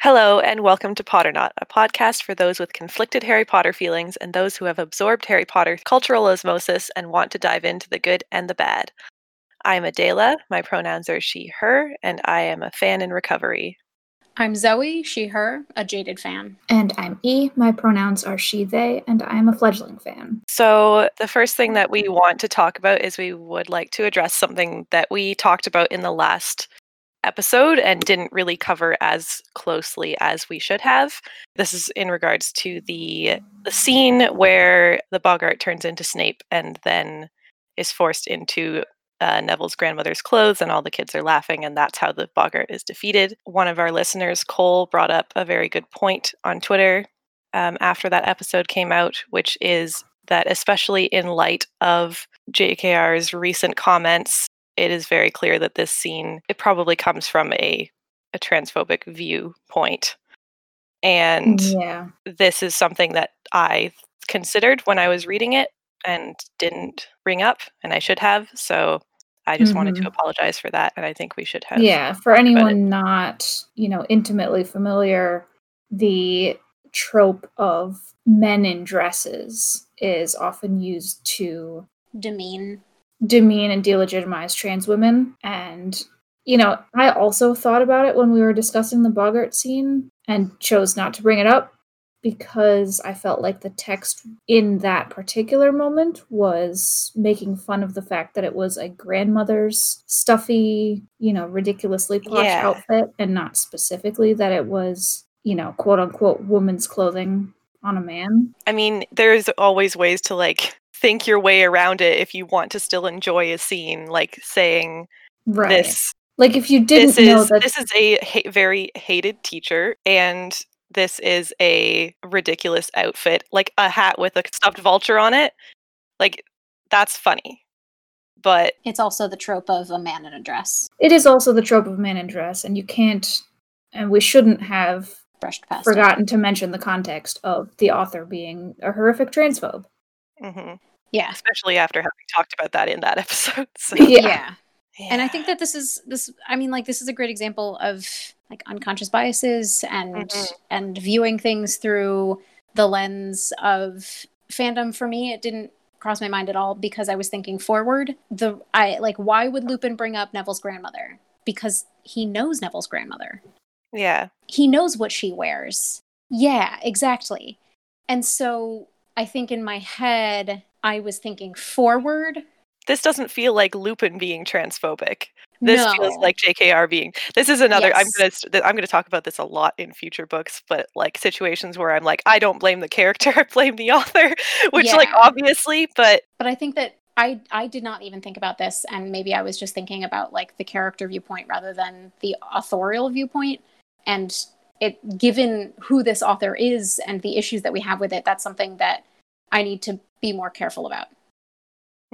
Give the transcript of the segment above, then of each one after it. Hello, and welcome to Potternaut, a podcast for those with conflicted Harry Potter feelings and those who have absorbed Harry Potter cultural osmosis and want to dive into the good and the bad. I'm Adela, my pronouns are she, her, and I am a fan in recovery. I'm Zoe, she, her, a jaded fan. And I'm E. My pronouns are she, they, and I'm a fledgling fan. So, the first thing that we want to talk about is we would like to address something that we talked about in the last episode and didn't really cover as closely as we should have. This is in regards to the the scene where the Bogart turns into Snape and then is forced into uh, Neville's grandmother's clothes, and all the kids are laughing, and that's how the Bogart is defeated. One of our listeners, Cole, brought up a very good point on Twitter um, after that episode came out, which is that especially in light of JKR's recent comments it is very clear that this scene it probably comes from a a transphobic viewpoint and Yeah. this is something that i considered when i was reading it and didn't bring up and i should have so i just wanted to apologize for that and i think we should have Mm-hmm. Yeah. For it. anyone not, you know, intimately familiar, the trope of men in dresses is often used to Demean. demean and delegitimize trans women. And, you know, I also thought about it when we were discussing the Bogart scene and chose not to bring it up because I felt like the text in that particular moment was making fun of the fact that it was a grandmother's stuffy, you know, ridiculously plush Yeah. outfit and not specifically that it was, you know, quote unquote woman's clothing on a man. i mean there's always ways to like think your way around it if you want to still enjoy a scene like saying Right. this like if you didn't this know is that this is a ha- very hated teacher and this is a ridiculous outfit like a hat with a stuffed vulture on it like that's funny but It's also the trope of a man in a dress. it is also the trope of man in dress, and you can't, and we shouldn't have Brushed past. it. forgotten to mention the context of the author being a horrific transphobe. mhm, Yeah. especially after having talked about that in that episode so, Yeah. And I think that this is this I mean like this is a great example of like unconscious biases and Mm-hmm. Mhm. and viewing things through the lens of fandom for me it didn't cross my mind at all because I was thinking forward. The I like why would Lupin bring up Neville's grandmother? Because he knows Neville's grandmother. yeah he knows what she wears. Yeah, exactly. And so I think in my head, I was thinking forward. this doesn't feel like lupin being transphobic this no. feels like jkr being this is another i'm Yes. gonna st- th- i'm gonna talk about this a lot in future books but like situations where i'm like i don't blame the character i blame the author which like Yeah. obviously but But I think that I I did not even think about this, and maybe I was just thinking about like the character viewpoint rather than the authorial viewpoint. And it, given who this author is and the issues that we have with it, that's something that I need to be more careful about.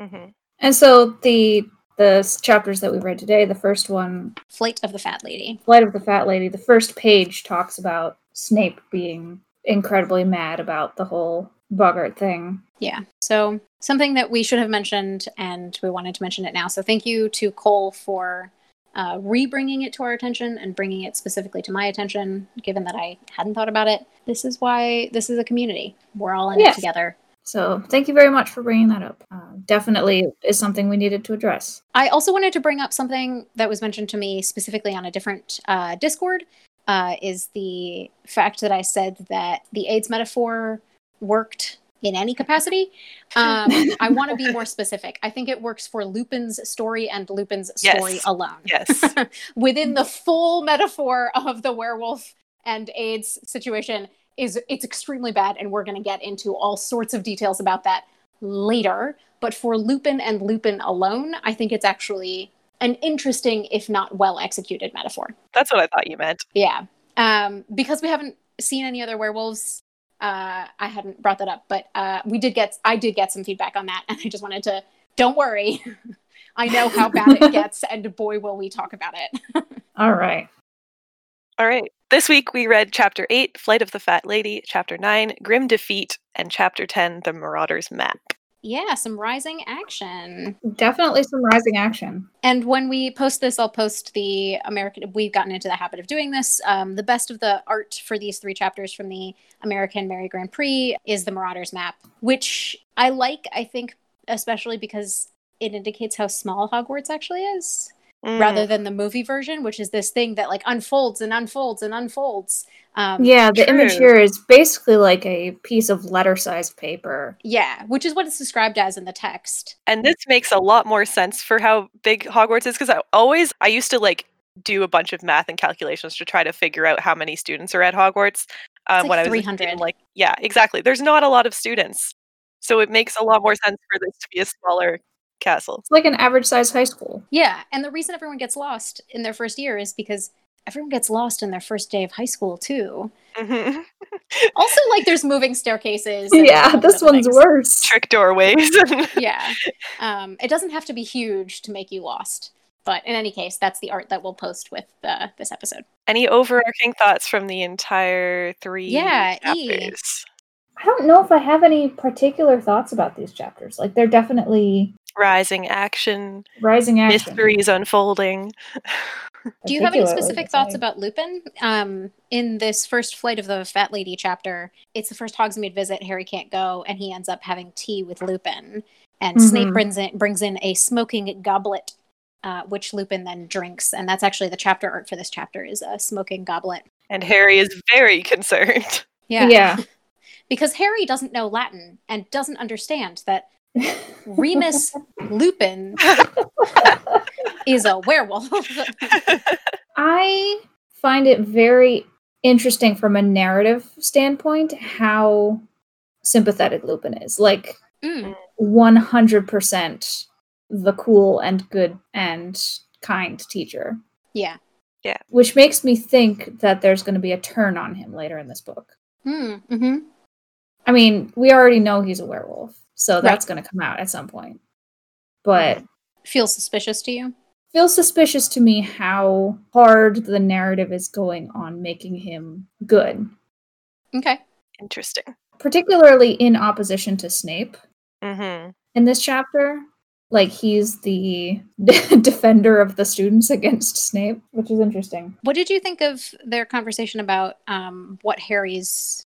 Mm-hmm. mhm. And so the the s- chapters that we read today, the first one, Flight of the Fat Lady. Flight of the Fat Lady, the first page talks about Snape being incredibly mad about the whole Bogart thing. Yeah. So something that we should have mentioned, and we wanted to mention it now. So thank you to Cole for uh, re-bringing it to our attention and bringing it specifically to my attention, given that I hadn't thought about it. This is why this is a community. We're all in Yes. it together. So thank you very much for bringing that up. Uh, definitely is something we needed to address. I also wanted to bring up something that was mentioned to me specifically on a different uh, Discord. Uh, is the fact that I said that the AIDS metaphor worked in any capacity? Um, I want to be more specific. I think it works for Lupin's story and Lupin's Yes. story alone. Yes. Within the full metaphor of the werewolf and AIDS situation is it's extremely bad and we're going to get into all sorts of details about that later, but for Lupin and Lupin alone, I think it's actually an interesting if not well executed metaphor. That's what I thought you meant. Yeah. Um, because we haven't seen any other werewolves, uh, I hadn't brought that up, but uh, we did get I did get some feedback on that, and I just wanted to don't worry. I know how bad it gets, and boy, will we talk about it. All right. All right. This week we read Chapter 8, Flight of the Fat Lady, Chapter 9, Grim Defeat, and Chapter 10, The Marauder's Map. yeah, some rising action. Definitely some rising action. And when we post this, I'll post the American. We've gotten into the habit of doing this. Um, the best of the art for these three chapters from the American Mary Grand Prix is the Marauders map, which I like, I think, especially because it indicates how small Hogwarts actually is. Mm. Rather than the movie version, which is this thing that like unfolds and unfolds and unfolds. Um, Yeah, the image True. here is basically like a piece of letter sized paper. yeah, which is what it's described as in the text. and this makes a lot more sense for how big Hogwarts is because I always I used to like do a bunch of math and calculations to try to figure out how many students are at Hogwarts. Um, like when I was a kid, 300. like yeah, exactly. There's not a lot of students, so it makes a lot more sense for this to be a smaller castle. It's like an average sized high school. Yeah, and the reason everyone gets lost in their first year is because everyone gets lost in their first day of high school too. hmm Also, like there's moving staircases. and Yeah, all this the other one's things. worse. Trick doorways. Yeah, um, it doesn't have to be huge to make you lost, but in any case, that's the art that we'll post with uh, this episode. Any overarching thoughts from the entire three Yeah, E. chapters? I don't know if I have any particular thoughts about these chapters. Like they're definitely Rising action, rising action. mysteries unfolding. Do you have any particularly specific thoughts exciting. about Lupin? Um, in this first flight of the Fat Lady chapter, it's the first Hogsmeade visit. Harry can't go, and he ends up having tea with Lupin. And Snape Mhm. brings in, brings in a smoking goblet, uh, which Lupin then drinks. And that's actually the chapter art for this chapter is a smoking goblet. And Harry is very concerned. Yeah, Yeah. because Harry doesn't know Latin and doesn't understand that Remus Lupin is a werewolf. I find it very interesting from a narrative standpoint how sympathetic Lupin is. Like Mm. 100% the cool and good and kind teacher, Yeah. which makes me think that there's going to be a turn on him later in this book. Mm, hmm I mean, we already know he's a werewolf, so Right. that's going to come out at some point. But Feels suspicious to you? feels suspicious to me how hard the narrative is going on making him good, Okay. Interesting. particularly in opposition to Snape Mm-hmm. in this chapter. Like he's the defender of the students against Snape, which is interesting. What did you think of their conversation about um, what Harry's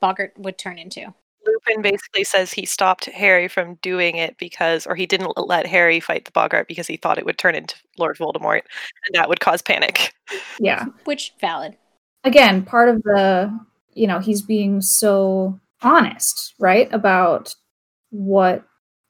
boggart would turn into? Lupin basically says he stopped Harry from doing it because, or he didn't l- let Harry fight the Bogart because he thought it would turn into Lord Voldemort, and that would cause panic. Yeah. Which valid. again part of the you know he's being so honest right about what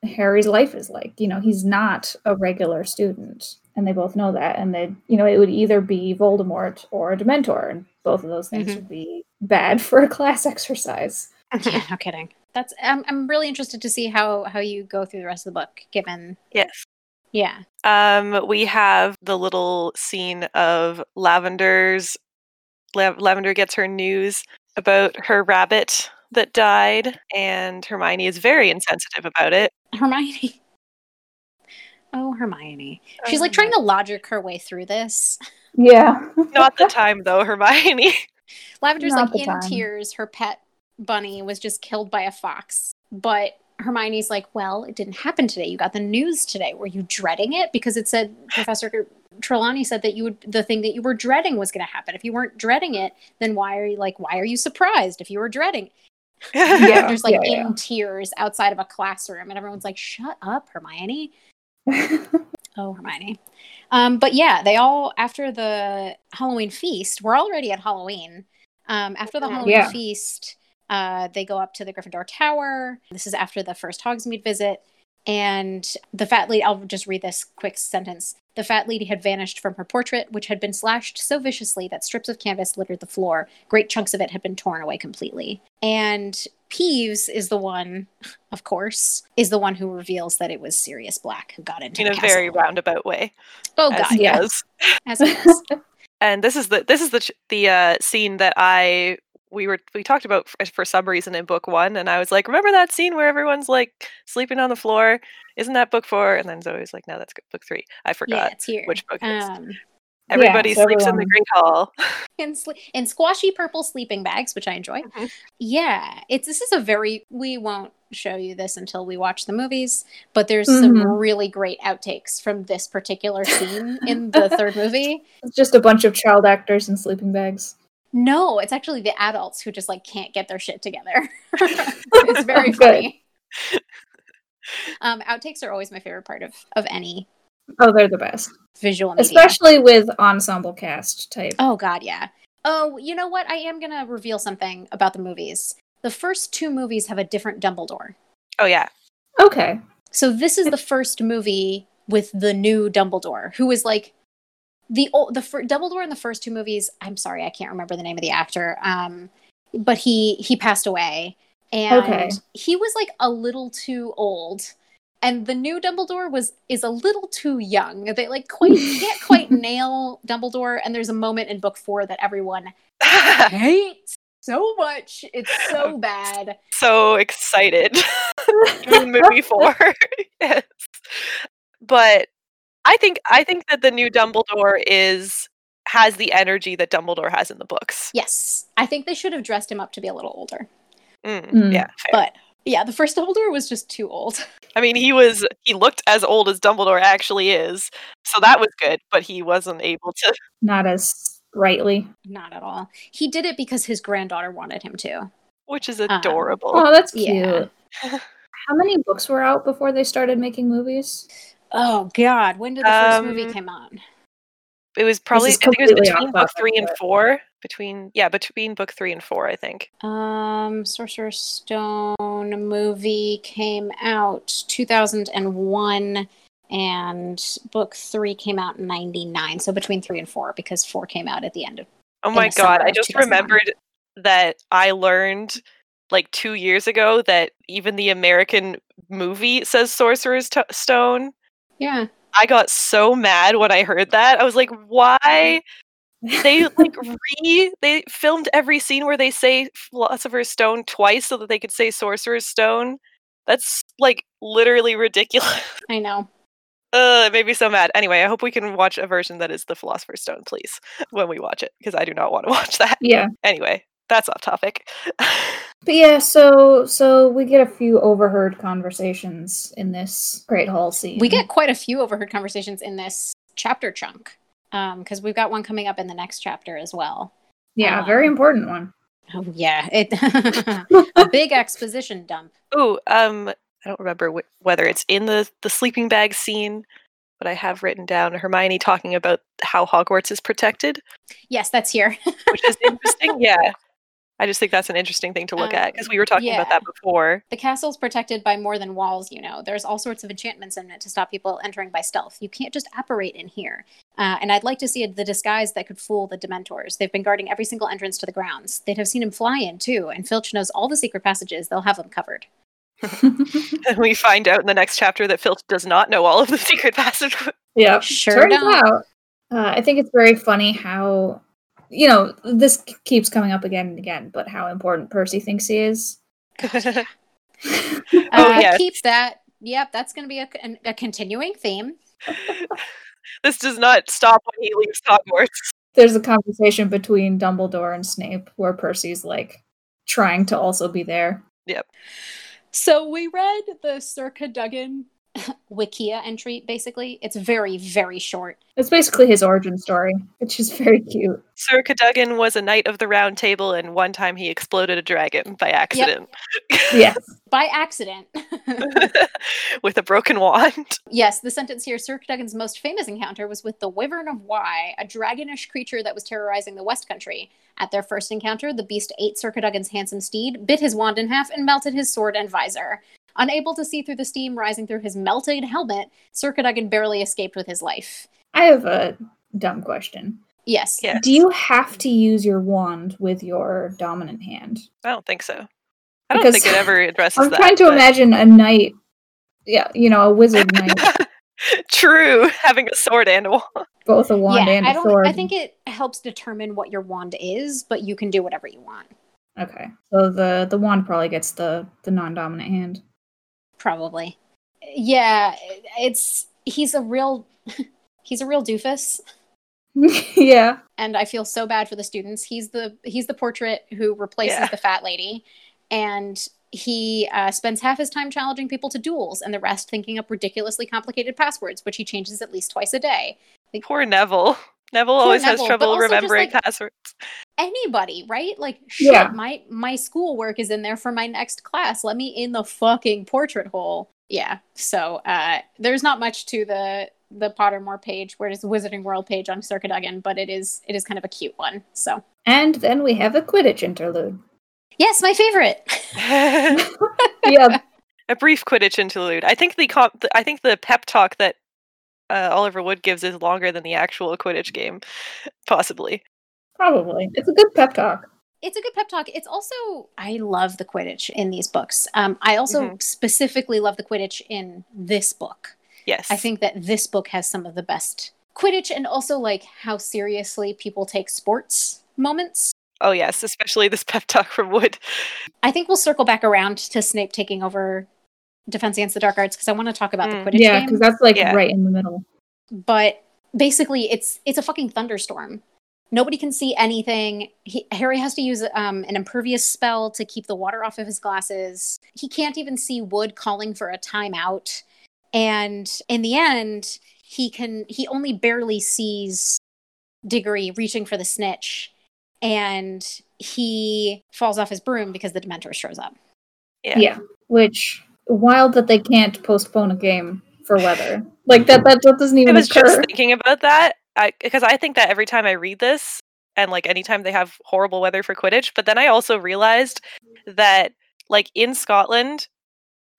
harry's life is like you know he's not a regular student and they both know that and they you know it would either be voldemort or a dementor and both of those things Mhm. would be bad for a class exercise yeah, no kidding. That's I'm, I'm really interested to see how how you go through the rest of the book. Given Yes. yeah, Um, we have the little scene of Lavender's. Lav- Lavender gets her news about her rabbit that died, and Hermione is very insensitive about it. Hermione. Oh, Hermione. She's like trying to logic her way through this. yeah Not the time, though, Hermione. Lavender's Not like the in time. tears. Her pet bunny was just killed by a fox. But Hermione's like, well, it didn't happen today. You got the news today. Were you dreading it? Because it said Professor Trelawney said that you would the thing that you were dreading was going to happen. If you weren't dreading it, then why are you like why are you surprised if you were dreading? Yeah, Lavender's like yeah, in tears outside of a classroom, and everyone's like, shut up, Hermione. Oh, Hermione. Um, but yeah, they all after the Halloween feast. We're already at Halloween. Um, after the Mhm. Halloween Yeah. feast, uh, they go up to the Gryffindor Tower. This is after the first Hogsmeade visit, and the fat lady. I'll just read this quick sentence. The fat lady had vanished from her portrait, which had been slashed so viciously that strips of canvas littered the floor. Great chunks of it had been torn away completely. And Peeves is the one, of course, is the one who reveals that it was Sirius Black who got into in a the very castle. roundabout way. Oh as god, he yeah. does. as it is. and this is the this is the ch- the uh, scene that I we were we talked about for, for some reason in book one, and I was like, remember that scene where everyone's like sleeping on the floor? Isn't that book four? And then Zoe was like, no, that's good, book three. I yeah, forgot it's here. which book it is. um, Everybody so sleeps in the everyone- Great Hall. in, sli- in squashy purple sleeping bags, which I enjoy. Mhm. Yeah, it's this is a very we won't show you this until we watch the movies, but there's some Mm-hmm. Mhm. really great outtakes from this particular scene in the third movie. It's just a bunch of child actors in sleeping bags. No, it's actually the adults who just like can't get their shit together. it's very Good. funny. Um, outtakes are always my favorite part of of any Oh, they're the best, visual media. especially with ensemble cast type. Oh God, yeah. Oh, you know what? I am gonna reveal something about the movies. The first two movies have a different Dumbledore. Oh yeah, Okay, So this is the first movie with the new Dumbledore, who is like the old the fir- Dumbledore in the first two movies. I'm sorry, I can't remember the name of the actor. Um, but he he passed away, and Okay. he was like a little too old. And the new Dumbledore was is a little too young. They like quite can't quite nail Dumbledore. And there's a moment in book four that everyone hates so much. It's so bad. so excited. in movie four. yes. But I think I think that the new Dumbledore is has the energy that Dumbledore has in the books. Yes, I think they should have dressed him up to be a little older. Mm, Mm. Yeah. fair. But yeah, the first Dumbledore was just too old. I mean he was he looked as old as Dumbledore actually is. So that was good, but he wasn't able to not as rightly. Not at all. He did it because his granddaughter wanted him to. which is Uh-huh. adorable. Oh, that's cute. yeah. How many books were out before they started making movies? Oh God! When did the first Um, movie come out? it was probably I is think it was completely between off book topic, three and but- four. Between yeah, between book three and four, I think. Um, Sorcerer's Stone movie came out 2001, and book three came out in 99. So between three and four, because four came out at the end of. Oh my the summer god, I of just 2001. remembered that I learned like 2 years ago that even the American movie says Sorcerer's T- Stone. Yeah. I got so mad when I heard that. I was like, "Why they like re they filmed every scene where they say Philosopher's Stone twice so that they could say Sorcerer's Stone?" That's like literally ridiculous. I know. Ugh, it made me so mad. Anyway, I hope we can watch a version that is the Philosopher's Stone, please, when we watch it, because I do not want to watch that Yeah. anyway that's off topic But yeah, so so we get a few overheard conversations in this Great Hall scene. We get quite a few overheard conversations in this chapter chunk, because we've got one coming up in the next chapter as well. yeah, a very um, important one. Oh yeah, it a big exposition dump. ooh um i don't remember wh- whether it's in the the sleeping bag scene but i have written down hermione talking about how hogwarts is protected Yes, that's here. which is interesting yeah i just think that's an interesting thing to look at because we were talking about Um, yeah. that before The castle's protected by more than walls, you know. There's all sorts of enchantments in it to stop people entering by stealth. You can't just operate in here. Uh, and I'd like to see the disguise that could fool the Dementors. They've been guarding every single entrance to the grounds. They'd have seen him fly in too, and Filch knows all the secret passages. They'll have him covered. and we find out in the next chapter that filch does not know all of the secret passage yeah. Sure Uh, Turns don't. out, uh, I think it's very funny how you know this k- keeps coming up again and again, but how important Percy thinks he is. Oh, uh, yes. Keep that. Yep, that's going to be a, con- a continuing theme. this does not stop when he leaves hogwarts There's a conversation between Dumbledore and Snape where Percy's like trying to also be there. So we read the Circa Duggan Wikia entry, basically. It's very, very short. It's basically his origin story, which is very cute. sir cadogan was a knight of the round table and one time he exploded a dragon by accident Yes. By accident. with a broken wand. yes, the sentence here Sir Duggan's most famous encounter was with the Wyvern of Wye, a dragonish creature that was terrorizing the West Country. At their first encounter, the beast ate Sir Duggan's handsome steed, bit his wand in half, and melted his sword and visor. Unable to see through the steam rising through his melted helmet, Sir Duggan barely escaped with his life. I have a dumb question. Yes. Yeah, Do you have to use your wand with your dominant hand? I don't think so. I don't Because- think it ever addresses I'm that. trying to but- imagine a knight, yeah, you know, a wizard knight, True, having a sword and a wand. both a wand and I a don't. sword. I think it helps determine what your wand is, but you can do whatever you want. okay, so the the wand probably gets the the non-dominant hand. Probably. Yeah, it's he's a real he's a real doofus, yeah, and I feel so bad for the students. He's the he's the portrait who replaces Yeah. the fat lady, and he uh, spends half his time challenging people to duels and the rest thinking up ridiculously complicated passwords, which he changes at least twice a day. Like, Poor Neville. Neville Poor always Neville, has but trouble also just, remembering like- passwords. anybody, right? Like, shit, Yeah. my my schoolwork is in there for my next class. Let me in the fucking portrait hole. Yeah. So uh, there's not much to the the Pottermore page, where it is the Wizarding World page on Circa Duggan, but it is it is kind of a cute one. So And then we have a Quidditch interlude. yes, my favorite. a Yeah, brief Quidditch interlude. I think the comp- I think the pep talk that uh, Oliver Wood gives is longer than the actual Quidditch game, possibly. probably. It's a good pep talk. it's a good pep talk. It's also I love the Quidditch in these books. Um, I also Mhm. specifically love the Quidditch in this book. Yes, I think that this book has some of the best Quidditch and also like how seriously people take sports moments. Oh yes, especially this pep talk from Wood. I think we'll circle back around to Snape taking over Defense Against the Dark Arts because I want to talk about Mm. the Quidditch Yeah, game. because that's like Yeah. right in the middle. But basically, it's it's a fucking thunderstorm. Nobody can see anything. He, Harry has to use um, an impervious spell to keep the water off of his glasses. He can't even see Wood calling for a timeout. And in the end, he can he only barely sees Diggory reaching for the snitch, and he falls off his broom because the Dementor shows up. Yeah. Yeah. Which wild that they can't postpone a game for weather. Like that that, that doesn't I even was just occur. thinking about that because I, think that every time I read this, and like anytime they have horrible weather for Quidditch, but then I also realized that like in Scotland,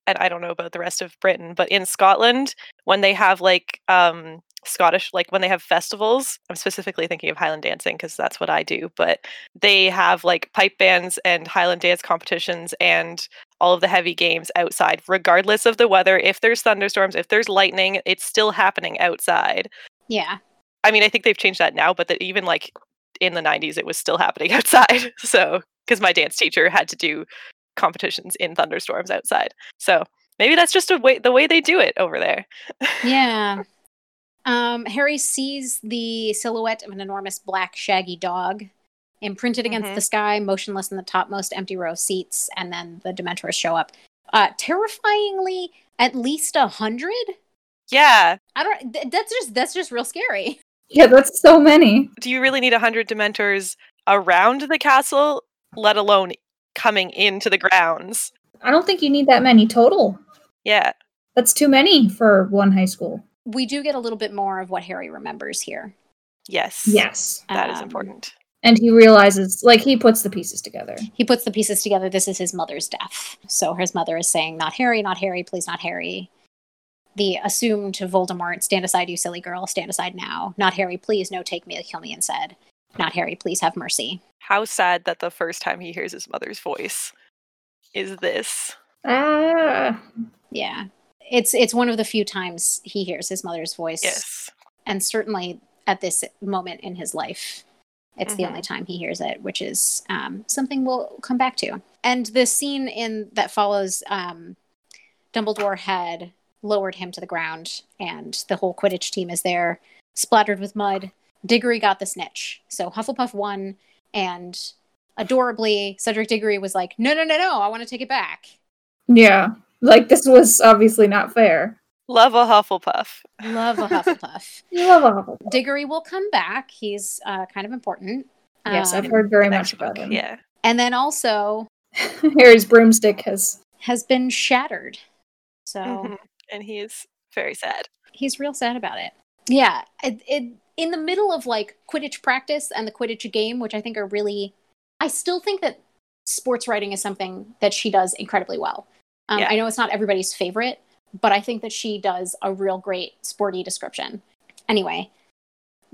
and I don't know about the rest of Britain, but in Scotland, when they have like um Scottish, like when they have festivals, I'm specifically thinking of Highland dancing because that's what I do, but they have like pipe bands and Highland dance competitions and all of the heavy games outside, regardless of the weather. If there's thunderstorms, if there's lightning, it's still happening outside. Yeah, I mean, I think they've changed that now, but that even like in the 90s, it was still happening outside. So, because my dance teacher had to do competitions in thunderstorms outside. So, maybe that's just a way the way they do it over there. yeah. Um, Harry sees the silhouette of an enormous black shaggy dog imprinted against Mhm. the sky, motionless in the topmost empty row of seats, and then the Dementors show up. Uh, terrifyingly, at least a hundred. Yeah. I don't. th- that's just that's just real scary. Yeah, that's so many. Do you really need 100 dementors around the castle, let alone coming into the grounds? I don't think you need that many total. Yeah. That's too many for one high school. We do get a little bit more of what Harry remembers here. Yes. Yes. That is Um, important. And he realizes like he puts the pieces together. He puts the pieces together. This is his mother's death. So his mother is saying, "Not Harry, not Harry, please, not Harry." The assumed Voldemort, stand aside, you silly girl, stand aside now. Not Harry, please, no, take me, kill me instead. Not Harry, please, have mercy. How sad that the first time he hears his mother's voice is this. Ah. Yeah, it's it's one of the few times he hears his mother's voice, Yes. and certainly at this moment in his life, it's the Mhm. Mm-hmm. only time he hears it, which is um, something we'll come back to. And the scene in that follows, um, Dumbledore had lowered him to the ground, and the whole Quidditch team is there, splattered with mud. Diggory got the snitch, so Hufflepuff won, and adorably, Cedric Diggory was like, "No, no, no, no! I want to take it back." Yeah. Like this was obviously not fair. Love a Hufflepuff. Love a Hufflepuff. You love a Hufflepuff. Diggory will come back. He's uh, kind of important. Yes, I've Um, heard very Next much about book, him. Yeah. And then also Harry's broomstick has has been shattered. So Mhm. And he is very sad. he's real sad about it. Yeah. It, it, in the middle of like Quidditch practice and the Quidditch game, which I think are really, I still think that sports writing is something that she does incredibly well. Um, Yeah. I know it's not everybody's favorite, but I think that she does a real great sporty description. Anyway,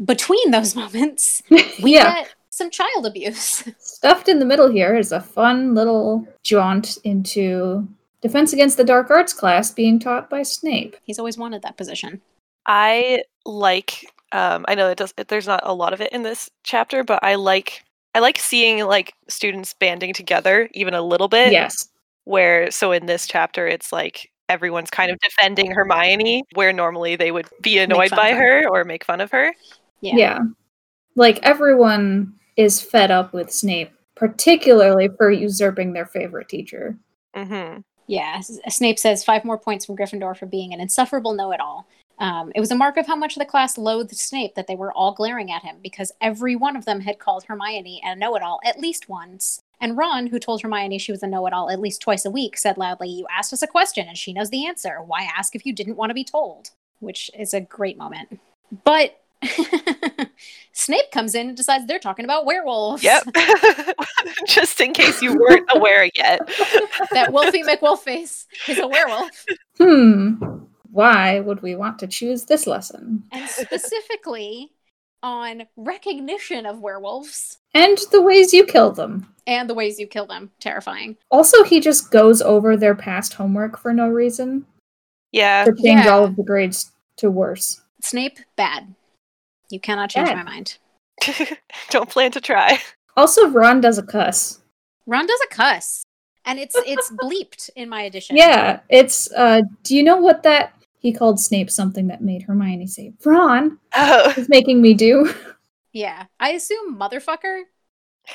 between those moments, we yeah. get some child abuse. Stuffed in the middle here is a fun little jaunt into Defense Against the Dark Arts class being taught by Snape. he's always wanted that position. I like um I know it does it- there's not a lot of it in this chapter, but I like I like seeing like students banding together even a little bit. Yes. Where so in this chapter it's like everyone's kind of defending Hermione where normally they would be annoyed fun of by her. her or make fun of her. Yeah. Yeah. Like everyone is fed up with Snape, particularly for usurping their favorite teacher. Mm-hmm. Yeah, S- Snape says five more points from Gryffindor for being an insufferable know it all. Um, it was a mark of how much the class loathed Snape that they were all glaring at him because every one of them had called Hermione a know it all at least once. And Ron, who told Hermione she was a know it all at least twice a week, said loudly, You asked us a question and she knows the answer. Why ask if you didn't want to be told? Which is a great moment. But Snape comes in and decides they're talking about werewolves. Yep. Just in case you weren't aware yet. that Wolfie McWolfface is a werewolf. Hmm. Why would we want to choose this lesson? and specifically on recognition of werewolves And the ways you kill them. and the ways you kill them. Terrifying. Also, he just goes over their past homework for no reason Uh, yeah. to change Yeah. all of the grades to worse. Snape, bad. You cannot change Bad. my mind. Don't plan to try. Also, Ron does a cuss. Ron does a cuss, and it's it's bleeped in my edition. Yeah, it's. uh Do you know what that he called Snape something that made Hermione say Ron Oh. is making me do? yeah. I assume motherfucker,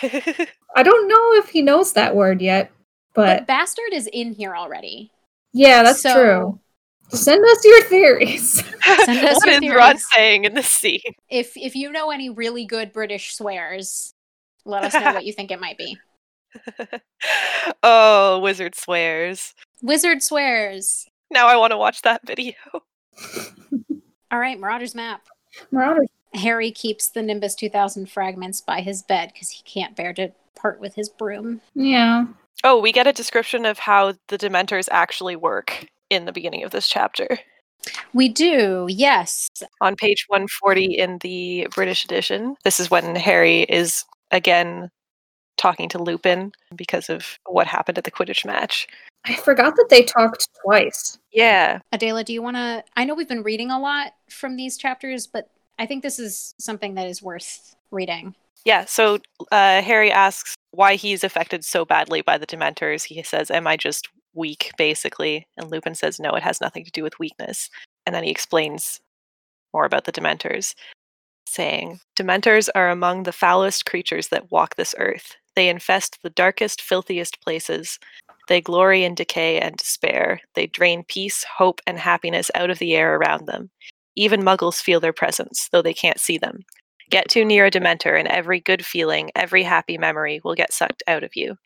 I don't know if he knows that word yet, but, but bastard is in here already. yeah, that's so- true. Send us your theories. Send us what your is Ron theories. saying in this scene? If if you know any really good British swears, let us know what you think it might be. oh, wizard swears. Wizard swears. Now I want to watch that video. All right, Marauder's map. Marauder. Harry keeps the Nimbus 2000 fragments by his bed because he can't bear to part with his broom. Yeah. Oh, we get a description of how the Dementors actually work in the beginning of this chapter We do, yes. on page 140 in the British edition. This is when Harry is again talking to Lupin because of what happened at the Quidditch match. I forgot that they talked twice. Yeah. Adela, do you want to? I know we've been reading a lot from these chapters, but I think this is something that is worth reading. Yeah, so uh, Harry asks why he's affected so badly by the Dementors. He says, Am I just weak, basically? And Lupin says, No, it has nothing to do with weakness. And then he explains more about the Dementors, saying, Dementors are among the foulest creatures that walk this earth. They infest the darkest, filthiest places. They glory in decay and despair. They drain peace, hope, and happiness out of the air around them. Even muggles feel their presence, though they can't see them. Get too near a Dementor, and every good feeling, every happy memory will get sucked out of you.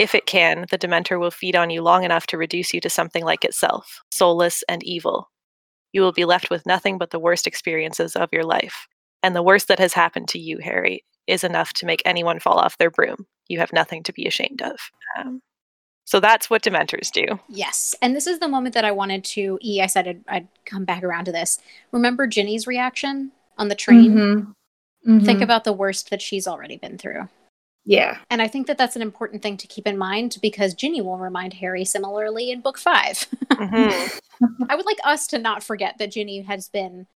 If it can, the Dementor will feed on you long enough to reduce you to something like itself, soulless and evil. You will be left with nothing but the worst experiences of your life. And the worst that has happened to you, Harry, is enough to make anyone fall off their broom. You have nothing to be ashamed of. Um, so that's what Dementors do. Yes. And this is the moment that I wanted to, E, I said I'd, I'd come back around to this. Remember Ginny's reaction on the train? Mm-hmm. Mhm. Think about the worst that she's already been through. yeah. And I think that that's an important thing to keep in mind because Ginny will remind Harry similarly in book five. Mhm. I would like us to not forget that Ginny has been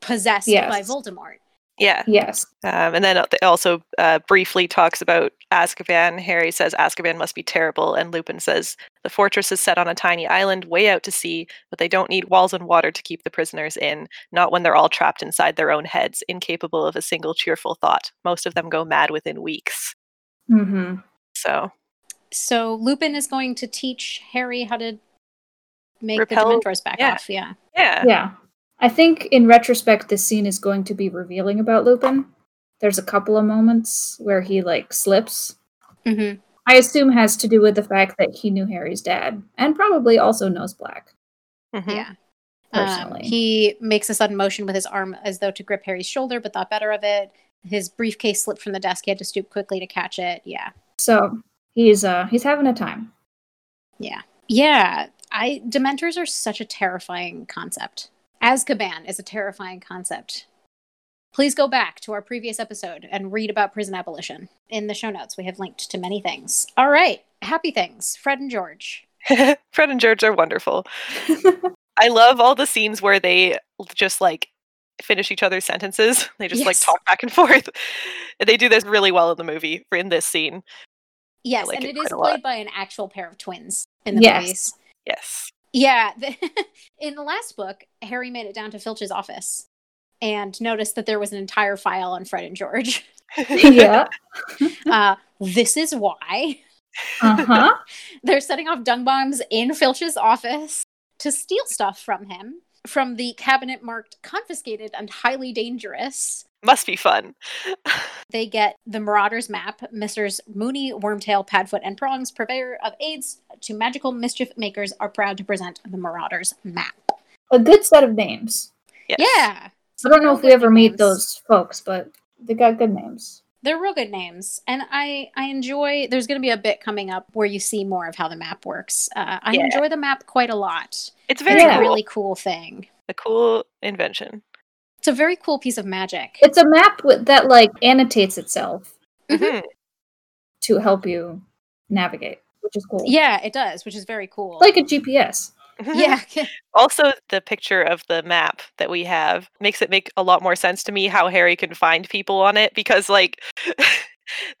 possessed Yes. by Voldemort. yeah. Yes. Um, and then it also uh, briefly talks about Azkaban. Harry says Azkaban must be terrible, and Lupin says the fortress is set on a tiny island way out to sea, but they don't need walls and water to keep the prisoners in, not when they're all trapped inside their own heads, incapable of a single cheerful thought. Most of them go mad within weeks. Mm-hmm. So, So Lupin is going to teach Harry how to make Repel- the Dementors back yeah. off. Yeah. yeah. Yeah. I think in retrospect, this scene is going to be revealing about Lupin. There's a couple of moments where he like slips. hmm I assume has to do with the fact that he knew Harry's dad and probably also knows Black. Mhm. Yeah. Um, Personally. he makes a sudden motion with his arm as though to grip Harry's shoulder, but thought better of it. His briefcase slipped from the desk. He had to stoop quickly to catch it. Yeah. So he's uh he's having a time. Yeah, I Dementors are such a terrifying concept. Azkaban is a terrifying concept. Please go back to our previous episode and read about prison abolition. In the show notes, we have linked to many things. All right, happy things. Fred and George. Fred and George are wonderful. I love all the scenes where they l- just like finish each other's sentences. They just like Yes. talk back and forth. They do this really well in the movie for- in this scene. Yes, like and it it is quite a lot. played by an actual pair of twins in the Yes. movies. Yes. Yeah, the- in the last book, Harry made it down to Filch's office and noticed that there was an entire file on Fred and George. yeah. Uh, this is why. Uh huh. They're setting off dung bombs in Filch's office to steal stuff from him from the cabinet marked confiscated and highly dangerous. Must be fun. They get the Marauders map, Messrs. Mooney, Wormtail, Padfoot, and Prongs, purveyor of aids to magical mischief makers, are proud to present the Marauders map. A good set of names. Yes. Yeah. I don't know if we Real ever good meet names. those folks, but they got good names. They're real good names. And I, I enjoy, there's going to be a bit coming up where you see more of how the map works. Uh, I Yeah. enjoy the map quite a lot. It's very it's a cool. really cool thing. a cool invention. It's a very cool piece of magic. It's a map with, that like annotates itself Mhm. Mhm. to help you navigate, which is cool. yeah, it does, which is very cool. like a GPS. Mm-hmm. yeah. Also, the picture of the map that we have makes it make a lot more sense to me how Harry can find people on it because, like,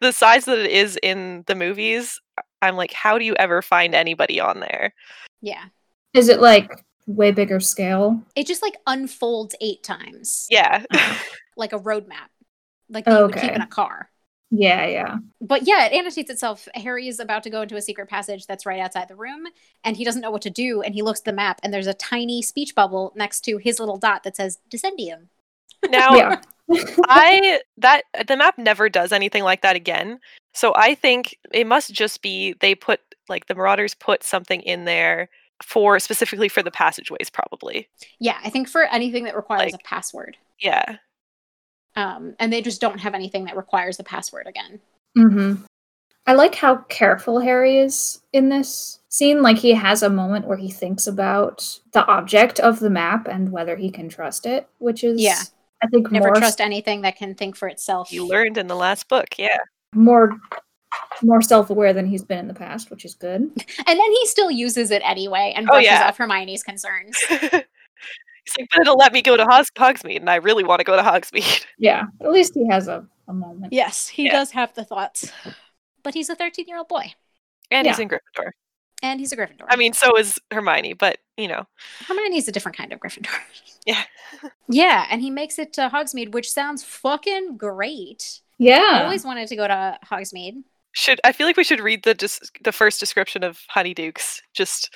the size that it is in the movies, I'm like, how do you ever find anybody on there? yeah. Is it like way bigger scale? It just like unfolds eight times. Yeah. like a roadmap, like that you would keep Okay. in a car. Yeah, yeah. But yeah, it annotates itself. Harry is about to go into a secret passage that's right outside the room, and he doesn't know what to do. And he looks at the map, and there's a tiny speech bubble next to his little dot that says Descendium. now, yeah. I that the map never does anything like that again. So I think it must just be they put like the Marauders put something in there for specifically for the passageways, probably. Yeah, I think for anything that requires Like- a password, Yeah. um, and they just don't have anything that requires a password again. Mm-hmm. I like how careful Harry is in this scene. Like he has a moment where he thinks about the object of the map and whether he can trust it, which is Yeah. I think Never more trust anything that can think for itself. You learned in the last book. Yeah. more more self-aware than he's been in the past, which is good. and then he still uses it anyway and Oh, brushes yeah. off Hermione's concerns. He's like, but it'll let me go to Hos- Hogsmeade, and I really want to go to Hogsmeade. Yeah. At least he has a, a moment. yes, he Yeah. does have the thoughts, but he's a 13 year old boy, And he's Yeah. in Gryffindor. and he's a Gryffindor. I mean, so is Hermione, but you know, Hermione's a different kind of Gryffindor. Yeah. yeah, and he makes it to Hogsmeade, which sounds fucking great. I Yeah. always wanted to go to Hogsmeade. should I feel like we should read the just the first description of Honeydukes? Just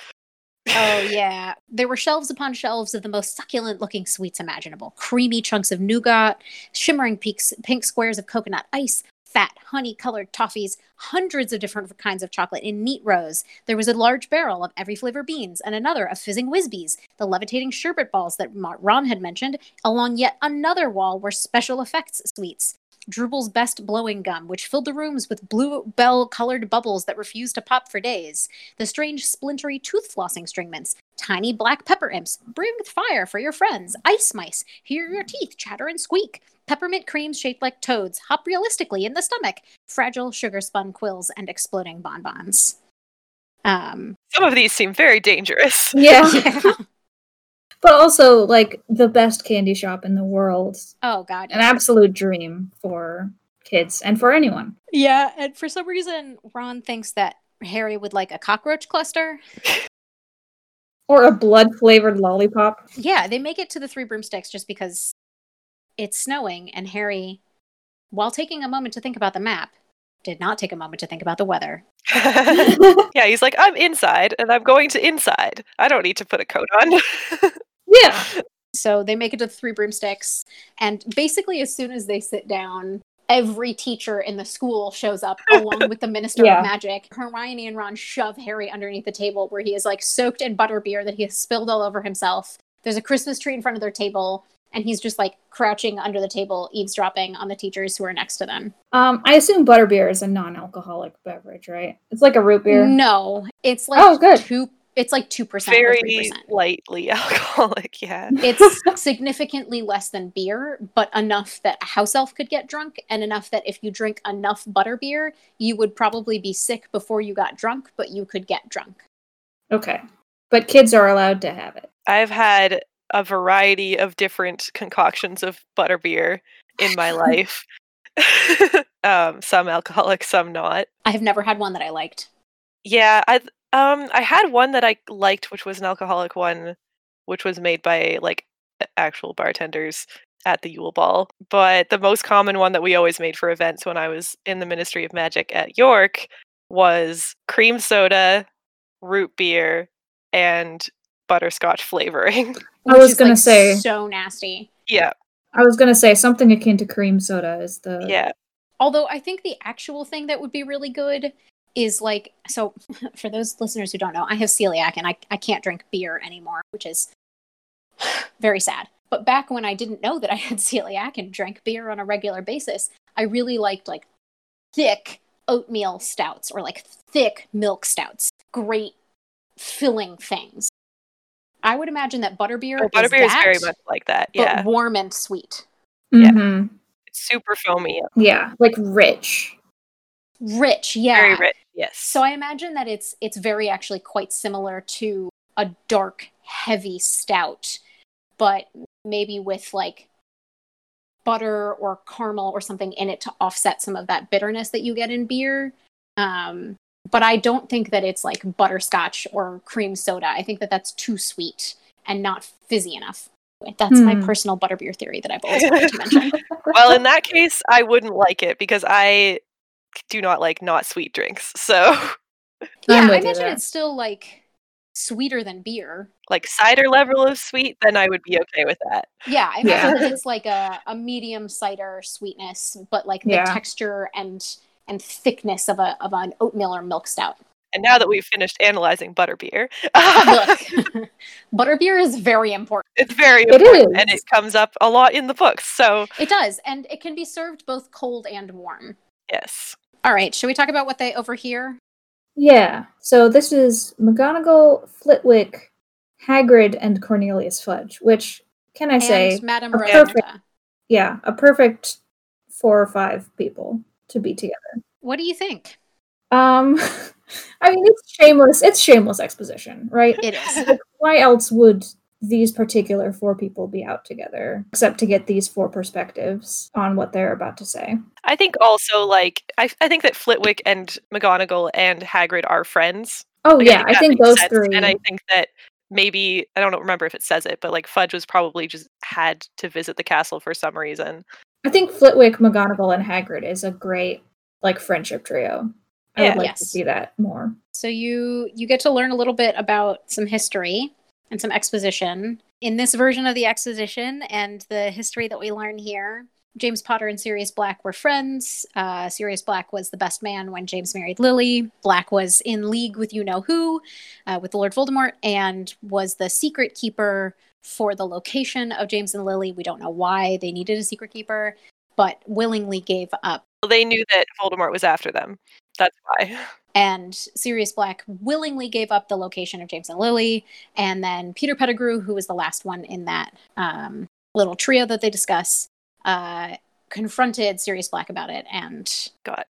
Oh, yeah. There were shelves upon shelves of the most succulent looking sweets imaginable creamy chunks of nougat, shimmering peaks, pink squares of coconut ice, fat, honey colored toffees, hundreds of different kinds of chocolate in neat rows. There was a large barrel of every flavor beans and another of fizzing Whizbees, the levitating sherbet balls that Ma- Ron had mentioned, along yet another wall were special effects sweets. Drooble's best blowing gum, which filled the rooms with bluebell colored bubbles that refused to pop for days the strange splintery tooth flossing stringments, tiny black pepper imps, breathe fire for your friends, ice mice, hear your teeth chatter and squeak, peppermint creams shaped like toads, hop realistically in the stomach, fragile sugar spun quills, and exploding bonbons. Um, some of these seem very dangerous. Yeah. But also like the best candy shop in the world. oh god, An absolute dream for kids and for anyone. yeah. And for some reason, Ron thinks that Harry would like a cockroach cluster. Or a blood flavored lollipop. Yeah, they make it to the Three Broomsticks just because it's snowing, and Harry, while taking a moment to think about the map, did not take a moment to think about the weather. yeah, he's like, I'm inside, and I'm going to inside. I don't need to put a coat on. yeah. So they make it to the Three Broomsticks, and basically, as soon as they sit down, every teacher in the school shows up along with the Minister Yeah. of Magic. Hermione and Ron shove Harry underneath the table where he is like soaked in butterbeer that he has spilled all over himself. There's a Christmas tree in front of their table, and he's just like crouching under the table, eavesdropping on the teachers who are next to them. Um, I assume butterbeer is a non alcoholic beverage, right? It's like a root beer. Mm. No, it's like Oh, good. two. It's like two percent. very lightly alcoholic. Yeah. It's significantly less than beer, but enough that a house elf could get drunk, and enough that if you drink enough butterbeer, you would probably be sick before you got drunk, but you could get drunk. Okay. But kids are allowed to have it. I've had a variety of different concoctions of butterbeer in my life. um, some alcoholic, some not. I have never had one that I liked. Yeah, I um I had one that I liked, which was an alcoholic one, which was made by like a- actual bartenders at the Yule Ball. But the most common one that we always made for events when I was in the Ministry of Magic at York was cream soda, root beer, and butterscotch flavoring. I which was is, gonna like, say- so nasty. yeah, I was gonna say something akin to cream soda is the yeah. Although I think the actual thing that would be really good is like so for those listeners who don't know, I have celiac and I, I can't drink beer anymore, which is very sad. But back when I didn't know that I had celiac and drank beer on a regular basis, I really liked like thick oatmeal stouts or like thick milk stouts. Great filling things. I would imagine that butterbeer, Oh, butterbeer is that, very much like that. but Yeah, warm and sweet. Yeah. Mhm. it's super foamy, yeah, like rich. Rich, yeah. very rich. Yes. So I imagine that it's it's very actually quite similar to a dark, heavy stout, but maybe with like butter or caramel or something in it to offset some of that bitterness that you get in beer. Um, but I don't think that it's like butterscotch or cream soda. I think that that's too sweet and not fizzy enough. That's my Hmm. personal butterbeer theory that I've always wanted to mention. well, in that case, I wouldn't like it because I do not like not sweet drinks. So, yeah, with I you imagine there. it's still like sweeter than beer, like cider level of sweet, then I would be okay with that. Yeah, I Yeah. imagine that it's like a, a medium cider sweetness, but like the Yeah. texture and and thickness of a of an oatmeal or milk stout. And now that we've finished analyzing butterbeer, Look, butterbeer is very important. it's very It important and is. it comes up a lot in the books. So, It does, and it can be served both cold and warm. yes. All right, should we talk about what they overhear? Yeah. So this is McGonagall, Flitwick, Hagrid, and Cornelius Fudge, which can I say, and Madame a Rowena. perfect- yeah, a perfect four or five people to be together. What do you think? Um, I mean, it's shameless. It's shameless exposition, right? It is. Why else would these particular four people be out together except to get these four perspectives on what they're about to say? I think also, like, I, I think that Flitwick and McGonagall and Hagrid are friends. Oh Like, yeah, I that think makes those sense, three. And I think that maybe, I don't remember if it says it, but like Fudge was probably just had to visit the castle for some reason. I think Flitwick, McGonagall, and Hagrid is a great like friendship trio. I Yeah. would like to Yes. see that more. So you you get to learn a little bit about some history and some exposition. In this version of the exposition and the history that we learn here, James Potter and Sirius Black were friends. Uh, Sirius Black was the best man when James married Lily. Black was in league with you know who, uh, with the Lord Voldemort, and was the secret keeper for the location of James and Lily. We don't know why they needed a secret keeper, but willingly gave up Well, they knew that Voldemort was after them. That's why. and Sirius Black willingly gave up the location of James and Lily, and then Peter Pettigrew, who was the last one in that um, little trio that they discuss, uh, confronted Sirius Black about it, and Got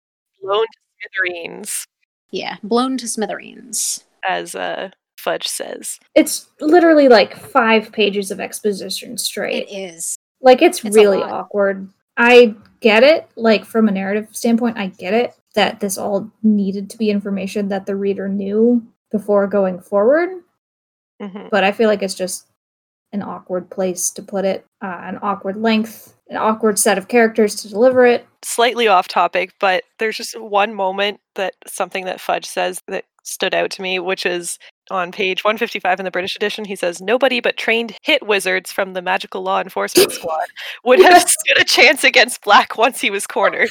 blown to smithereens, yeah, blown to smithereens. as uh, Fudge says. It's literally like five pages of exposition straight. It is Like it's, It's a really lot. awkward. I get it. Like from a narrative standpoint, I get it that this all needed to be information that the reader knew before going forward. Mhm. But I feel like it's just an awkward place to put it, uh, an awkward length, an awkward set of characters to deliver it. Slightly off topic, but there's just one moment that something that Fudge says that stood out to me, which is on page 155 in the British edition. He says, Nobody but trained hit wizards from the magical law enforcement squad would have stood a chance against Black once he was cornered.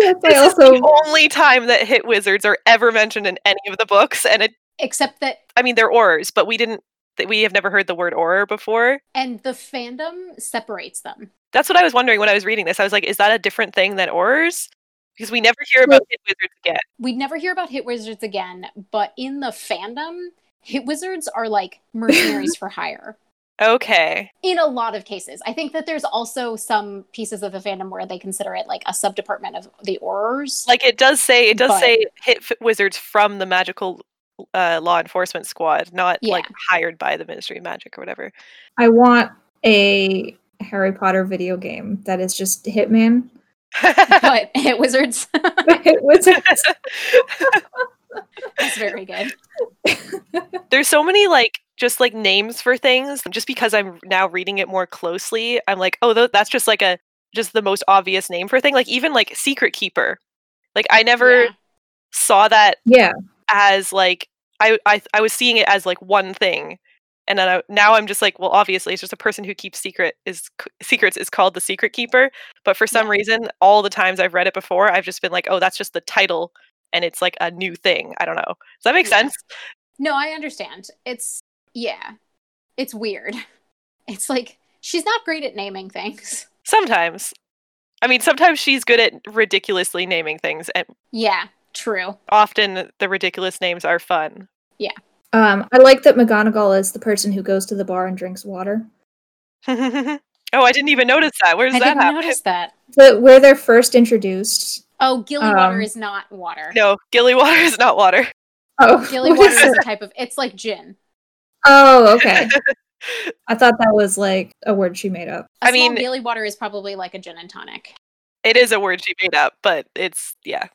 Yes, I This is also the only time that hit wizards are ever mentioned in any of the books. And it, except that, I mean, they're aurors, but we didn't. that We have never heard the word auror before. and the fandom separates them. That's what I was wondering when I was reading this. I was like, is that a different thing than horrors? Because we never hear about hit wizards again. We'd never hear about Hit Wizards again, but in the fandom, Hit Wizards are like mercenaries for hire. Okay. in a lot of cases. I think that there's also some pieces of the fandom where they consider it like a subdepartment of the horrors. Like it does say, it does But- say hit f- wizards from the magical uh, law enforcement squad, not like hired by the Ministry of Magic or whatever. I want a Harry Potter video game that is just Hitman. but Hit Wizards Hit Wizard. is very good. There's so many like just like names for things. Just because I'm now reading it more closely, I'm like, oh, tho- that's just like a just the most obvious name for a thing. Like even like secret keeper. Like I never Yeah. saw that Yeah. as like I, I I was seeing it as like one thing, and then I, now I'm just like, well, obviously it's just a person who keeps secret is c- secrets is called the secret keeper. But for some reason, all the times I've read it before, I've just been like, oh, that's just the title, and it's like a new thing. I don't know. Does that make Yeah. sense? No, I understand. It's yeah. It's weird. It's like she's not great at naming things. Sometimes. I mean, sometimes she's good at ridiculously naming things, and Yeah, true. often the ridiculous names are fun. Um, I like that McGonagall is the person who goes to the bar and drinks water. oh, I didn't even notice that. Where does I that didn't happen? notice that. The, where they're first introduced. Oh, gilly water Um, is not water. No, gilly water is not water. Oh, Gilly what water is is it? a type of it's like gin. Oh, okay. I thought that was like a word she made up. A I small mean- gilly water is probably like a gin and tonic. It is a word she made up, but it's yeah.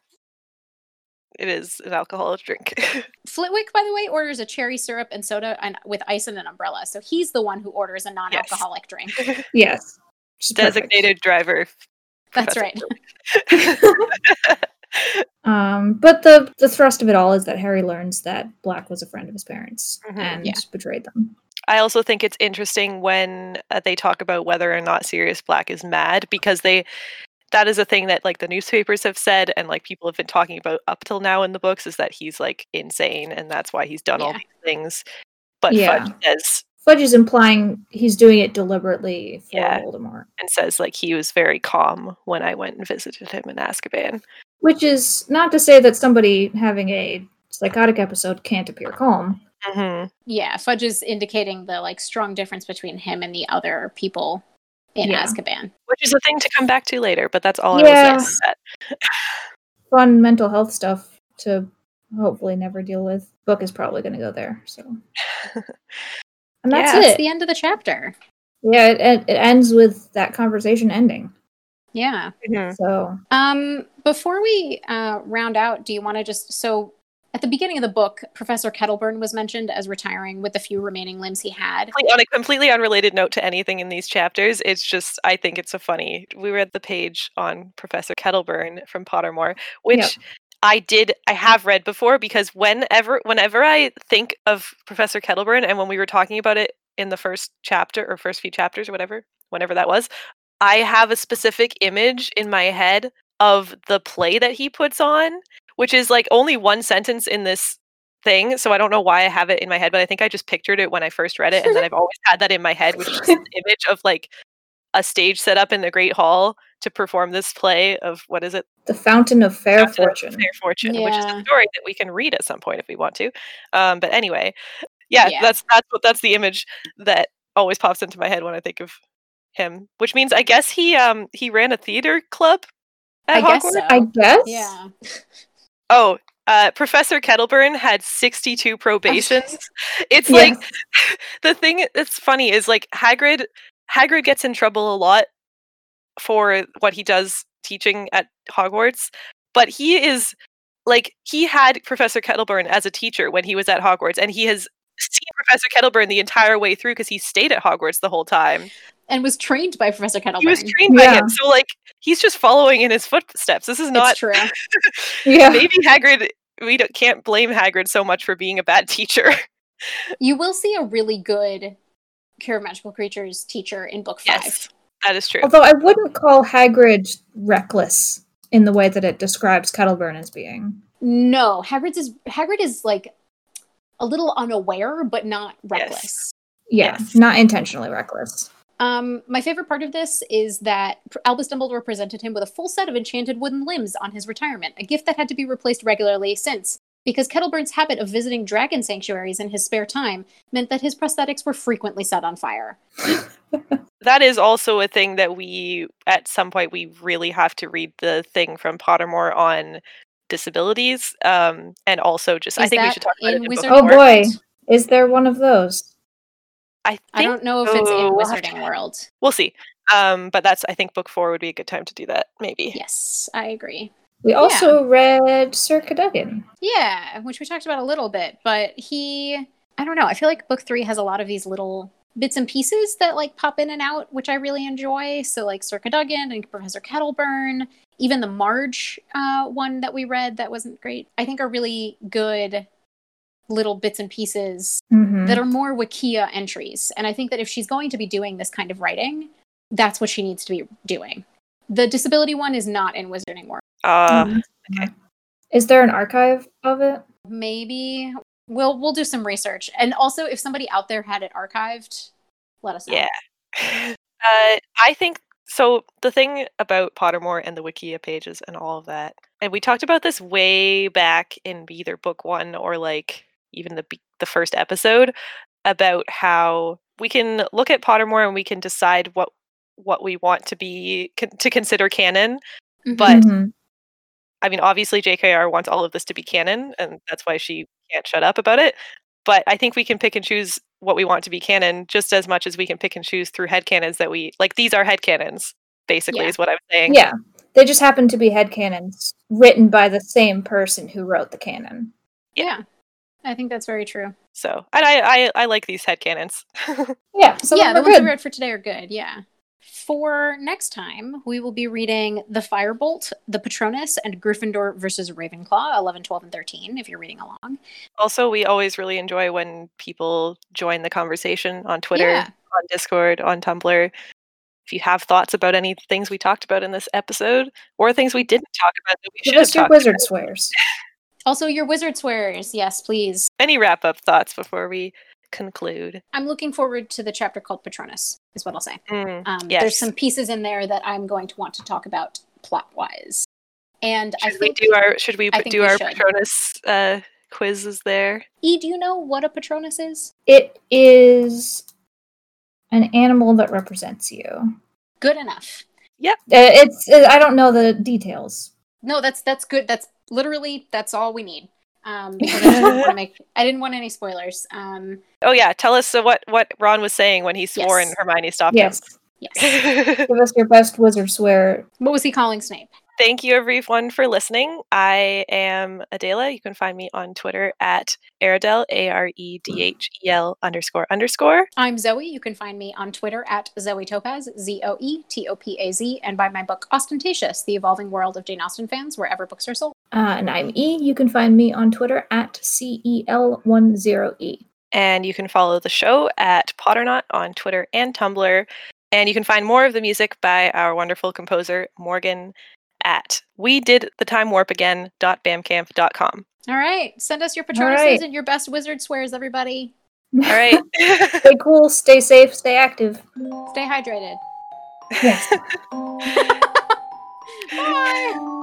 It is an alcoholic drink. Flitwick, by the way, orders a cherry syrup and soda and with ice and an umbrella. So he's the one who orders a non-alcoholic drink. Yes. Which is perfect. Designated driver. That's Professor right. Um, but the the thrust of it all is that Harry learns that Black was a friend of his parents Mhm. and Yeah. betrayed them. I also think it's interesting when uh, they talk about whether or not Sirius Black is mad because they that is a thing that like the newspapers have said and like people have been talking about up till now in the books is that he's like insane and that's why he's done all Yeah. these things. But Yeah. Fudge says Fudge is implying he's doing it deliberately for Yeah. Voldemort, and says like he was very calm when I went and visited him in Azkaban. which is not to say that somebody having a psychotic episode can't appear calm. Mm-hmm. Yeah, Fudge is indicating the like strong difference between him and the other people in Yeah. Azkaban. which is a thing to come back to later. But that's all I Yeah. was saying. That- Fun mental health stuff to hopefully never deal with. Book is probably going to go there. So, and that's Yeah, That's it. the end of the chapter. yeah, it, it, it ends with that conversation ending. Yeah. Mm-hmm. Mm-hmm. So, Um, before we uh, round out, do you want to just so at the beginning of the book, Professor Kettleburn was mentioned as retiring with the few remaining limbs he had. Complete- On a completely unrelated note to anything in these chapters, it's just I think it's so funny. We read the page on Professor Kettleburn from Pottermore, which. I did. I have read before because whenever, whenever I think of Professor Kettleburn, and when we were talking about it in the first chapter or first few chapters or whatever, whenever that was, I have a specific image in my head of the play that he puts on, which is like only one sentence in this thing. So I don't know why I have it in my head, but I think I just pictured it when I first read it. And then I've always had that in my head, which is just an image of like a stage set up in the Great Hall to perform this play of what is it? the fountain of fair Fountain of fortune. Fair Fortune, which is Yeah. a story that we can read at some point if we want to. Um, but anyway, yeah, Yeah. that's that's what that's the image that always pops into my head when I think of him. Which means I guess he um he ran a theater club I at guess Hogwarts. so. I guess. yeah. Oh, uh, Professor Kettleburn had sixty-two probations. it's like Yes. the thing that's funny is like Hagrid Hagrid gets in trouble a lot for what he does teaching at Hogwarts, but he is like he had Professor Kettleburn as a teacher when he was at Hogwarts and he has seen Professor Kettleburn the entire way through because he stayed at Hogwarts the whole time. And was trained by Professor Kettleburn. He was trained by Yeah. him. So like he's just following in his footsteps. This is it's not true. yeah. maybe Hagrid we don't, can't blame Hagrid so much for being a bad teacher. You will see a really good Cure of Magical Creatures teacher in book five. Yes. That is true. Although I wouldn't call Hagrid reckless in the way that it describes Kettleburn as being. No, Hagrid's is Hagrid is like a little unaware, but not reckless. Yeah, Yes. not intentionally reckless. Um, my favorite part of this is that Pr- Albus Dumbledore presented him with a full set of enchanted wooden limbs on his retirement, a gift that had to be replaced regularly since, because Kettleburn's habit of visiting dragon sanctuaries in his spare time meant that his prosthetics were frequently set on fire. that is also a thing that we at some point we really have to read the thing from Pottermore on disabilities um and also just I Is think we that should talk about it in in Wizard book Oh four. boy, is there one of those? I think I don't know if it's in so. We'll have Wizarding World. we'll see um but that's I think book 4 would be a good time to do that maybe Yes, I agree. We also read Sir Cadogan. Yeah, which we talked about a little bit, but he, I don't know, I feel like book three has a lot of these little bits and pieces that like pop in and out, which I really enjoy. So like Circa Duggan and Professor Kettleburn, even the Marge uh, one that we read that wasn't great. I think are really good little bits and pieces Mhm. that are more Wikia entries. And I think that if she's going to be doing this kind of writing, that's what she needs to be doing. The disability one is not in Wizarding World. Uh, Mhm. Is there an archive of it? Maybe we'll we'll do some research. And also, if somebody out there had it archived, let us know. Yeah. Uh, I think so. The thing about Pottermore and the Wikia pages and all of that, and we talked about this way back in either book one or like even the be- the first episode about how we can look at Pottermore and we can decide what what we want to be con- to consider canon. Mhm. But- Mhm. I mean, obviously JKR wants all of this to be canon, and that's why she can't shut up about it. But I think we can pick and choose what we want to be canon just as much as we can pick and choose through headcanons that we like these are headcanons, basically, Yeah. is what I'm saying. Yeah. They just happen to be headcanons written by the same person who wrote the canon. yeah, I think that's very true. So and I I, I like these headcanons. Yeah. Some yeah, yeah, the of them ones are we good. read for today are good. Yeah. For next time, we will be reading The Firebolt, The Patronus, and Gryffindor versus Ravenclaw, 11, 12, and 13, if you're reading along. also, we always really enjoy when people join the conversation on Twitter, Yeah. on Discord, on Tumblr. If you have thoughts about any things we talked about in this episode or things we didn't talk about that we Give should have us your talked wizard about, swears. Also, your wizard swears. Yes, please. any wrap up thoughts before we conclude? I'm looking forward to the chapter called Patronus, is what I'll say. Mm. Um, Yes. There's some pieces in there that I'm going to want to talk about plot wise. And I Should we think, do our should we I put- think do we our should. Patronus uh, quizzes there? E, do you know what a Patronus is? It is an animal that represents you. Uh, Good enough. It's uh, I don't know the details. No, that's that's good. That's literally that's all we need. Um, because I didn't want to make I didn't want any spoilers. Um, Oh yeah, tell us uh, what what Ron was saying when he swore Yes. and Hermione stopped Yes. yes. him. Give us your best wizard swear. What was he calling Snape? Thank you everyone for listening. I am Adela. You can find me on Twitter at Aredel A R E D H E L underscore underscore. I'm Zoe. You can find me on Twitter at Zoe Topaz, Z O E T O P A Z, and buy my book Ostentatious: The Evolving World of Jane Austen Fans wherever books are sold. Uh, and I'm E. You can find me on Twitter at E CEL10E. And you can follow the show at Potternaut on Twitter and Tumblr. And you can find more of the music by our wonderful composer, Morgan, at we did the time warp again.bamcamp.com. All right, send us your All patronuses right. and your best wizard swears, everybody. All right. stay cool, stay safe, stay active. Stay hydrated. Yes. Bye.